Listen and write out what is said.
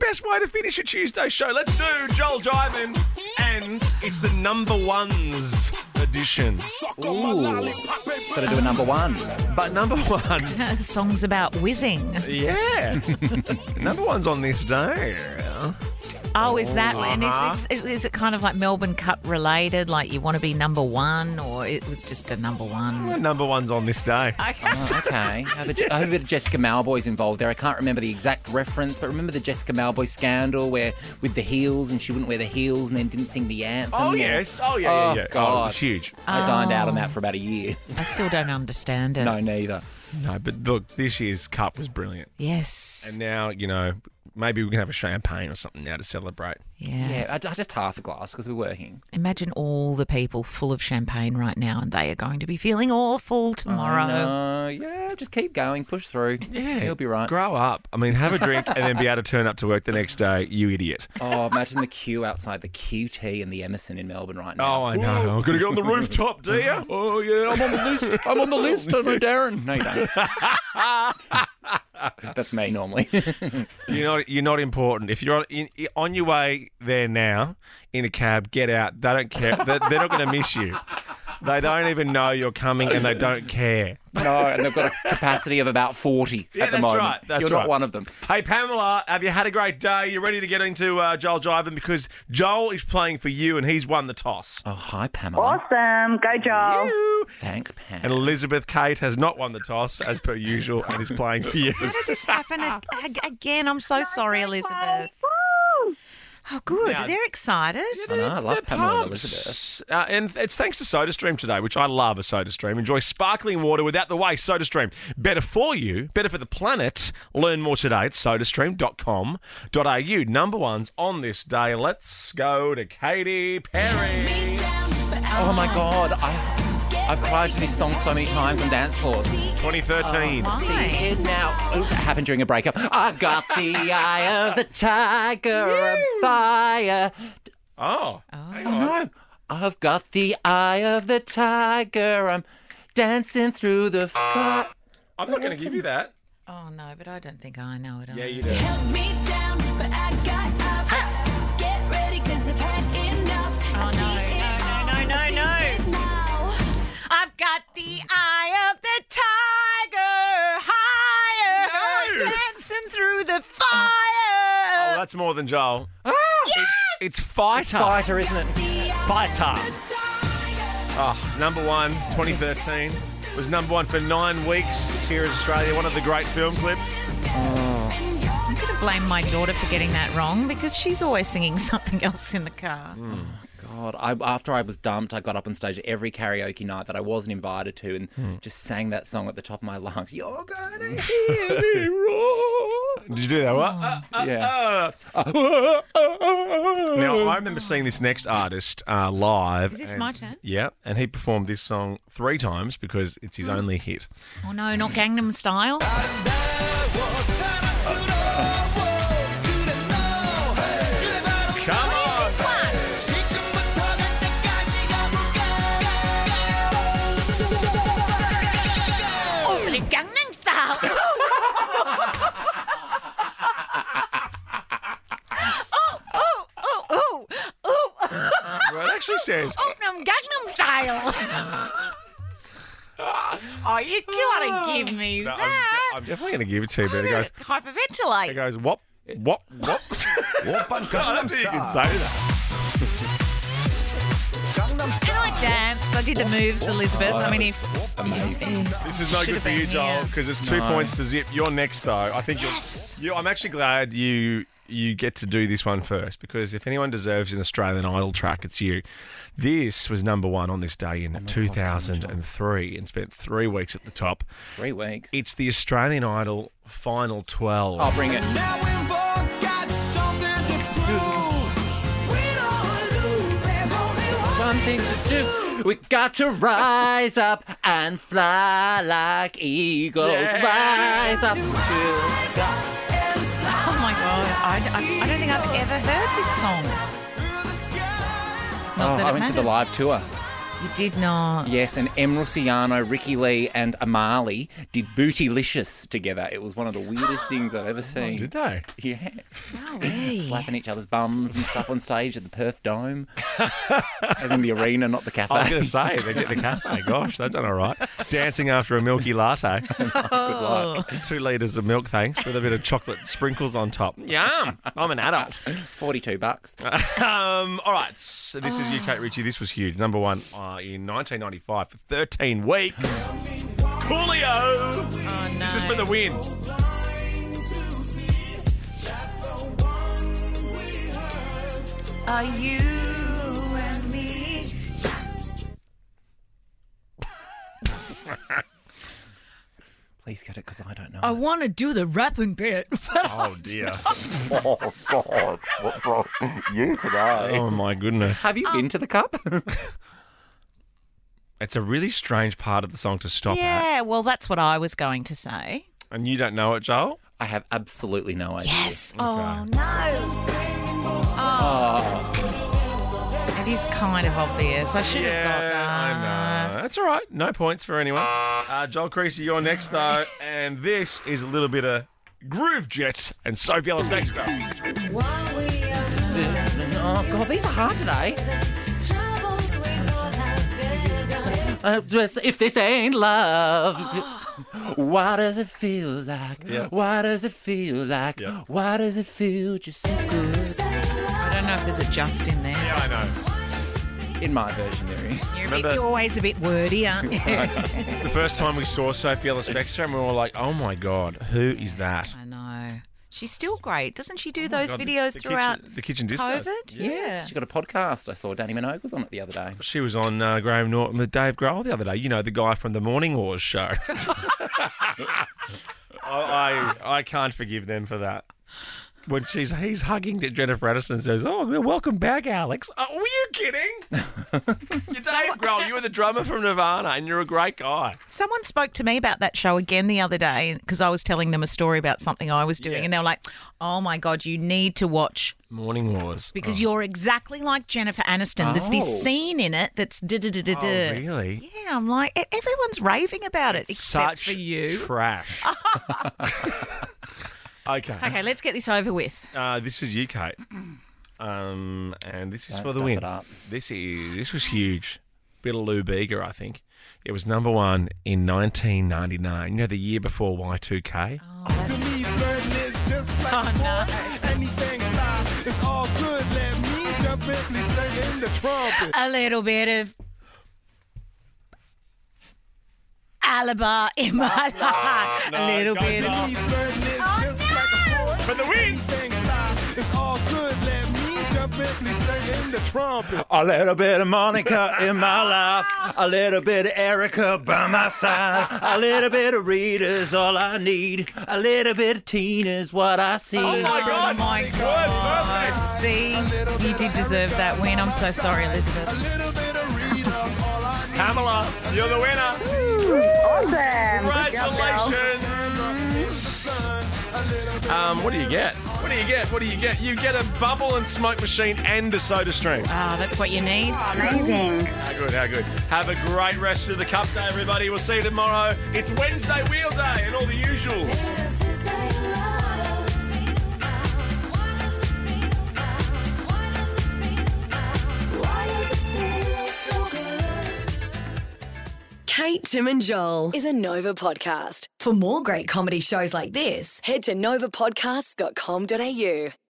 best way to finish a Tuesday show. Let's do Joel Diamond, and it's the number ones edition. Ooh. Gotta do a number one. But number one, Songs about whizzing. yeah, number one's on this day. Oh, is that? Uh-huh. And is this? Is, is it kind of like Melbourne Cup related? Like you want to be number one, or it was just a number one? Oh, Number one's on this day. Okay. Oh, okay. I hope, a, I hope a Jessica Malboy's involved there. I can't remember the exact reference, but remember the Jessica Malboy scandal where with the heels and she wouldn't wear the heels and then didn't sing the anthem? Oh or- yes. Oh yeah. yeah, Oh, yeah. God. Oh, it's huge. I dined out on that for about a year. I still don't understand it. No, neither. No, but look, this year's cup was brilliant, Yes. and now you know maybe we can have a champagne or something now to celebrate. yeah. Yeah, I, I just half a glass because we're working. Imagine all the people full of champagne right now, and they are going to be feeling awful tomorrow. No, yeah, just keep going, push through. Yeah, He'll be right. Grow up. I mean, have a drink and then be able to turn up to work the next day. You idiot. Oh, imagine the queue outside the QT and the Emerson in Melbourne right now. Oh, I know. I'm gonna go on the rooftop, do you? Oh yeah, I'm on the list. I'm on the list. I'm a Darren. No, you don't. That's me normally. You're not. You're not important. If you're on, in, on your way there now in a cab, get out. They don't care. They're, they're not going to miss you. They don't even know you're coming, and they don't care. No, and they've got a capacity of about 40 Yeah, at the that's moment. right, that's You're right. not one of them. Hey Pamela, have you had a great day? You ready to get into uh, Joel Jiven because Joel is playing for you, and he's won the toss. Oh, hi, Pamela. Awesome. Go, Joel. You. Thanks, Pam. And Elizabeth Kate has not won the toss as per usual, and is playing for you. This happened ag- ag- again. I'm so sorry, Elizabeth. Oh, good. Now- They're excited. I, know, I love Pamela and Pumps. Elizabeth. Uh, and it's thanks to SodaStream today, which I love a SodaStream. Enjoy sparkling water without the waste. SodaStream. Better for you, better for the planet. Learn more today at sodastream.com.au. Number one's on this day. Let's go to Katy Perry. Oh, my God. I, I've cried to this song so many times on dance floors. See 2013. Why? it now. Ooh, that happened during a breakup. I got the eye of the tiger of fire. Oh. hang on. No, I've got the eye of the tiger. I'm dancing through the fire. I'm not going to give you that. Oh no, but I don't think I know it. Yeah, either. you do. Held me down, but I got up. Get ready, cause I've had enough. Oh, no, no, no, no, no, I've got the eye of the tiger higher, No. dancing through the Oh, Ah! fire. that's more than Joel. It's, it's fighter. Fighter, isn't it? Fighter. Oh, number one, 2013. Was number one for nine weeks here in Australia. One of the great film clips. Oh. I'm going to blame my daughter for getting that wrong because she's always singing something else in the car. Mm, God, I, after I was dumped, I got up on stage at every karaoke night that I wasn't invited to and Hmm. just sang that song at the top of my lungs. You're gonna hear me roar. Did you do that? What? Uh, uh, Yeah. uh. Now, I remember seeing this next artist uh, live. Is this and- my turn? Yeah, and he performed this song three times because it's his only hit. Oh no, not Gangnam Style. Come on! Oh, really, Gangnam Style. oh, oh, oh, oh, oh, Well, it actually says, Gangnam, Gangnam Style. oh, you Ah. gotta give me No, I'm, that. I'm definitely going to give it to you, but I'm it gonna goes, hyperventilate. it goes, what? What? What? 오빤 I don't 강남 think you can 스타일. say that. 강남 and I 스타일. danced. I did the moves, Elizabeth. Oh, I mean, if Amazing. This is no good Should've for you, been Joel, here. because it's two points to zip. You're next, though. I think Yes. you're, you I'm actually glad you you get to do this one first, because if anyone deserves an Australian Idol track, it's you. This was number one on this day in 2003 and spent three weeks at the top. Three weeks. It's the Australian Idol Final 12. I'll bring it. Something to do. We got to rise up and fly like eagles. Rise up to the sky. Oh my god, I, I- I don't think I've ever heard this song. Not Oh, that I it went to the matters. live tour. You did not. Yes, and Emeril Ciano, Ricky Lee, and Amali did Bootylicious together. It was one of the weirdest things I've ever seen. Did they? yeah, Golly. slapping each other's bums and stuff on stage at the Perth Dome, as in the arena, not the cafe. I was going to say, they get the cafe. Gosh, they've done all right. Dancing after a milky latte. Good luck. Two litres of milk, thanks, with a bit of chocolate sprinkles on top. Yum! I'm an adult. Forty-two bucks. Um, all right, so this is you, Ah. Kate Ritchie. This was huge. Number one uh, in 1995 for 13 weeks. Coolio! Oh, no. This is for the win. Are you and me? Please get it because I don't know. I want to do the rapping bit. Oh, dear. what's wrong? You today? Oh, my goodness. Have you been to the cup? It's a really strange part of the song to stop at. Yeah, well, that's what I was going to say. And you don't know it, Joel? I have absolutely no idea. Yes. Oh, no. Oh. It is kind of obvious. I should have got that. I know. That's all right. No points for anyone. Uh, Joel Creasy, you're next, though. And this is a little bit of Groove Jets and Sophie Ellis Baxter. Oh God, these are hard today. Uh, this- If this ain't love, why does it feel like? Yeah. Why does it feel like? Yeah. Why does it feel just so good? I don't know if there's a just in there. Yeah, I know. In my version, there is. You're, a bit, Remember- you're always a bit wordy, aren't you? It's the first time we saw Sophie Ellis Baxter, and we were all like, oh my God, who is that? I know. She's still great. Doesn't she do those Oh God, the- videos the kitchen- throughout the kitchen discos. COVID? Yeah. She got a podcast. I saw Danny Minogue was on it the other day. She was on uh, Graham Norton with Dave Grohl the other day. You know, the guy from the Morning Wars show. I, I I can't forgive them for that. When she's he's hugging to Jennifer Aniston and says, "Oh, well, welcome back, Alex." Oh, were you kidding? you're Dave Grohl. You were the drummer from Nirvana, and you're a great guy. Someone spoke to me about that show again the other day because I was telling them a story about something I was doing, Yeah. and they were like, "Oh my god, you need to watch Morning Wars. because you're exactly like Jennifer Aniston. There's Oh. this scene in it that's da da da da da." oh, really? Yeah, I'm like, e- everyone's raving about it except Such for you. trash. okay. Okay, let's get this over with. Uh, this is you, Kate. Um, and this is Don't for the stuff win. it up. This is this was huge. Bit of Lou Bega, I think. It was number one in 1999. You know, the year before Y2K. To me, flirting is just like sports. Anything fly, it's all good. Let me jump in, please sing in the trumpet. A little bit of alibi in my life. a little guys, bit of. To me, flirting is just like a sport. For the win! Anything fly, it's all good. Let me jump in, please sing in the trumpet. A little bit of Monica in my life, a little bit of Erica by my side, a little bit of Rita's all I need, a little bit of Tina's what I see. Oh my god. See, you did deserve that win. I'm so sorry, A Elizabeth. little bit of Rita's all I need. Pamela, you're the winner. Congratulations. Um, what do you get? What do you get? What do you get? You get a bubble and smoke machine and a soda stream. Ah, that's what you need. How good, how good. Have a great rest of the cup day, everybody. We'll see you tomorrow. It's Wednesday Wheel Day and all the usual. Kate, Tim, and Joel is a Nova podcast. For more great comedy shows like this, head to novapodcast.com.au.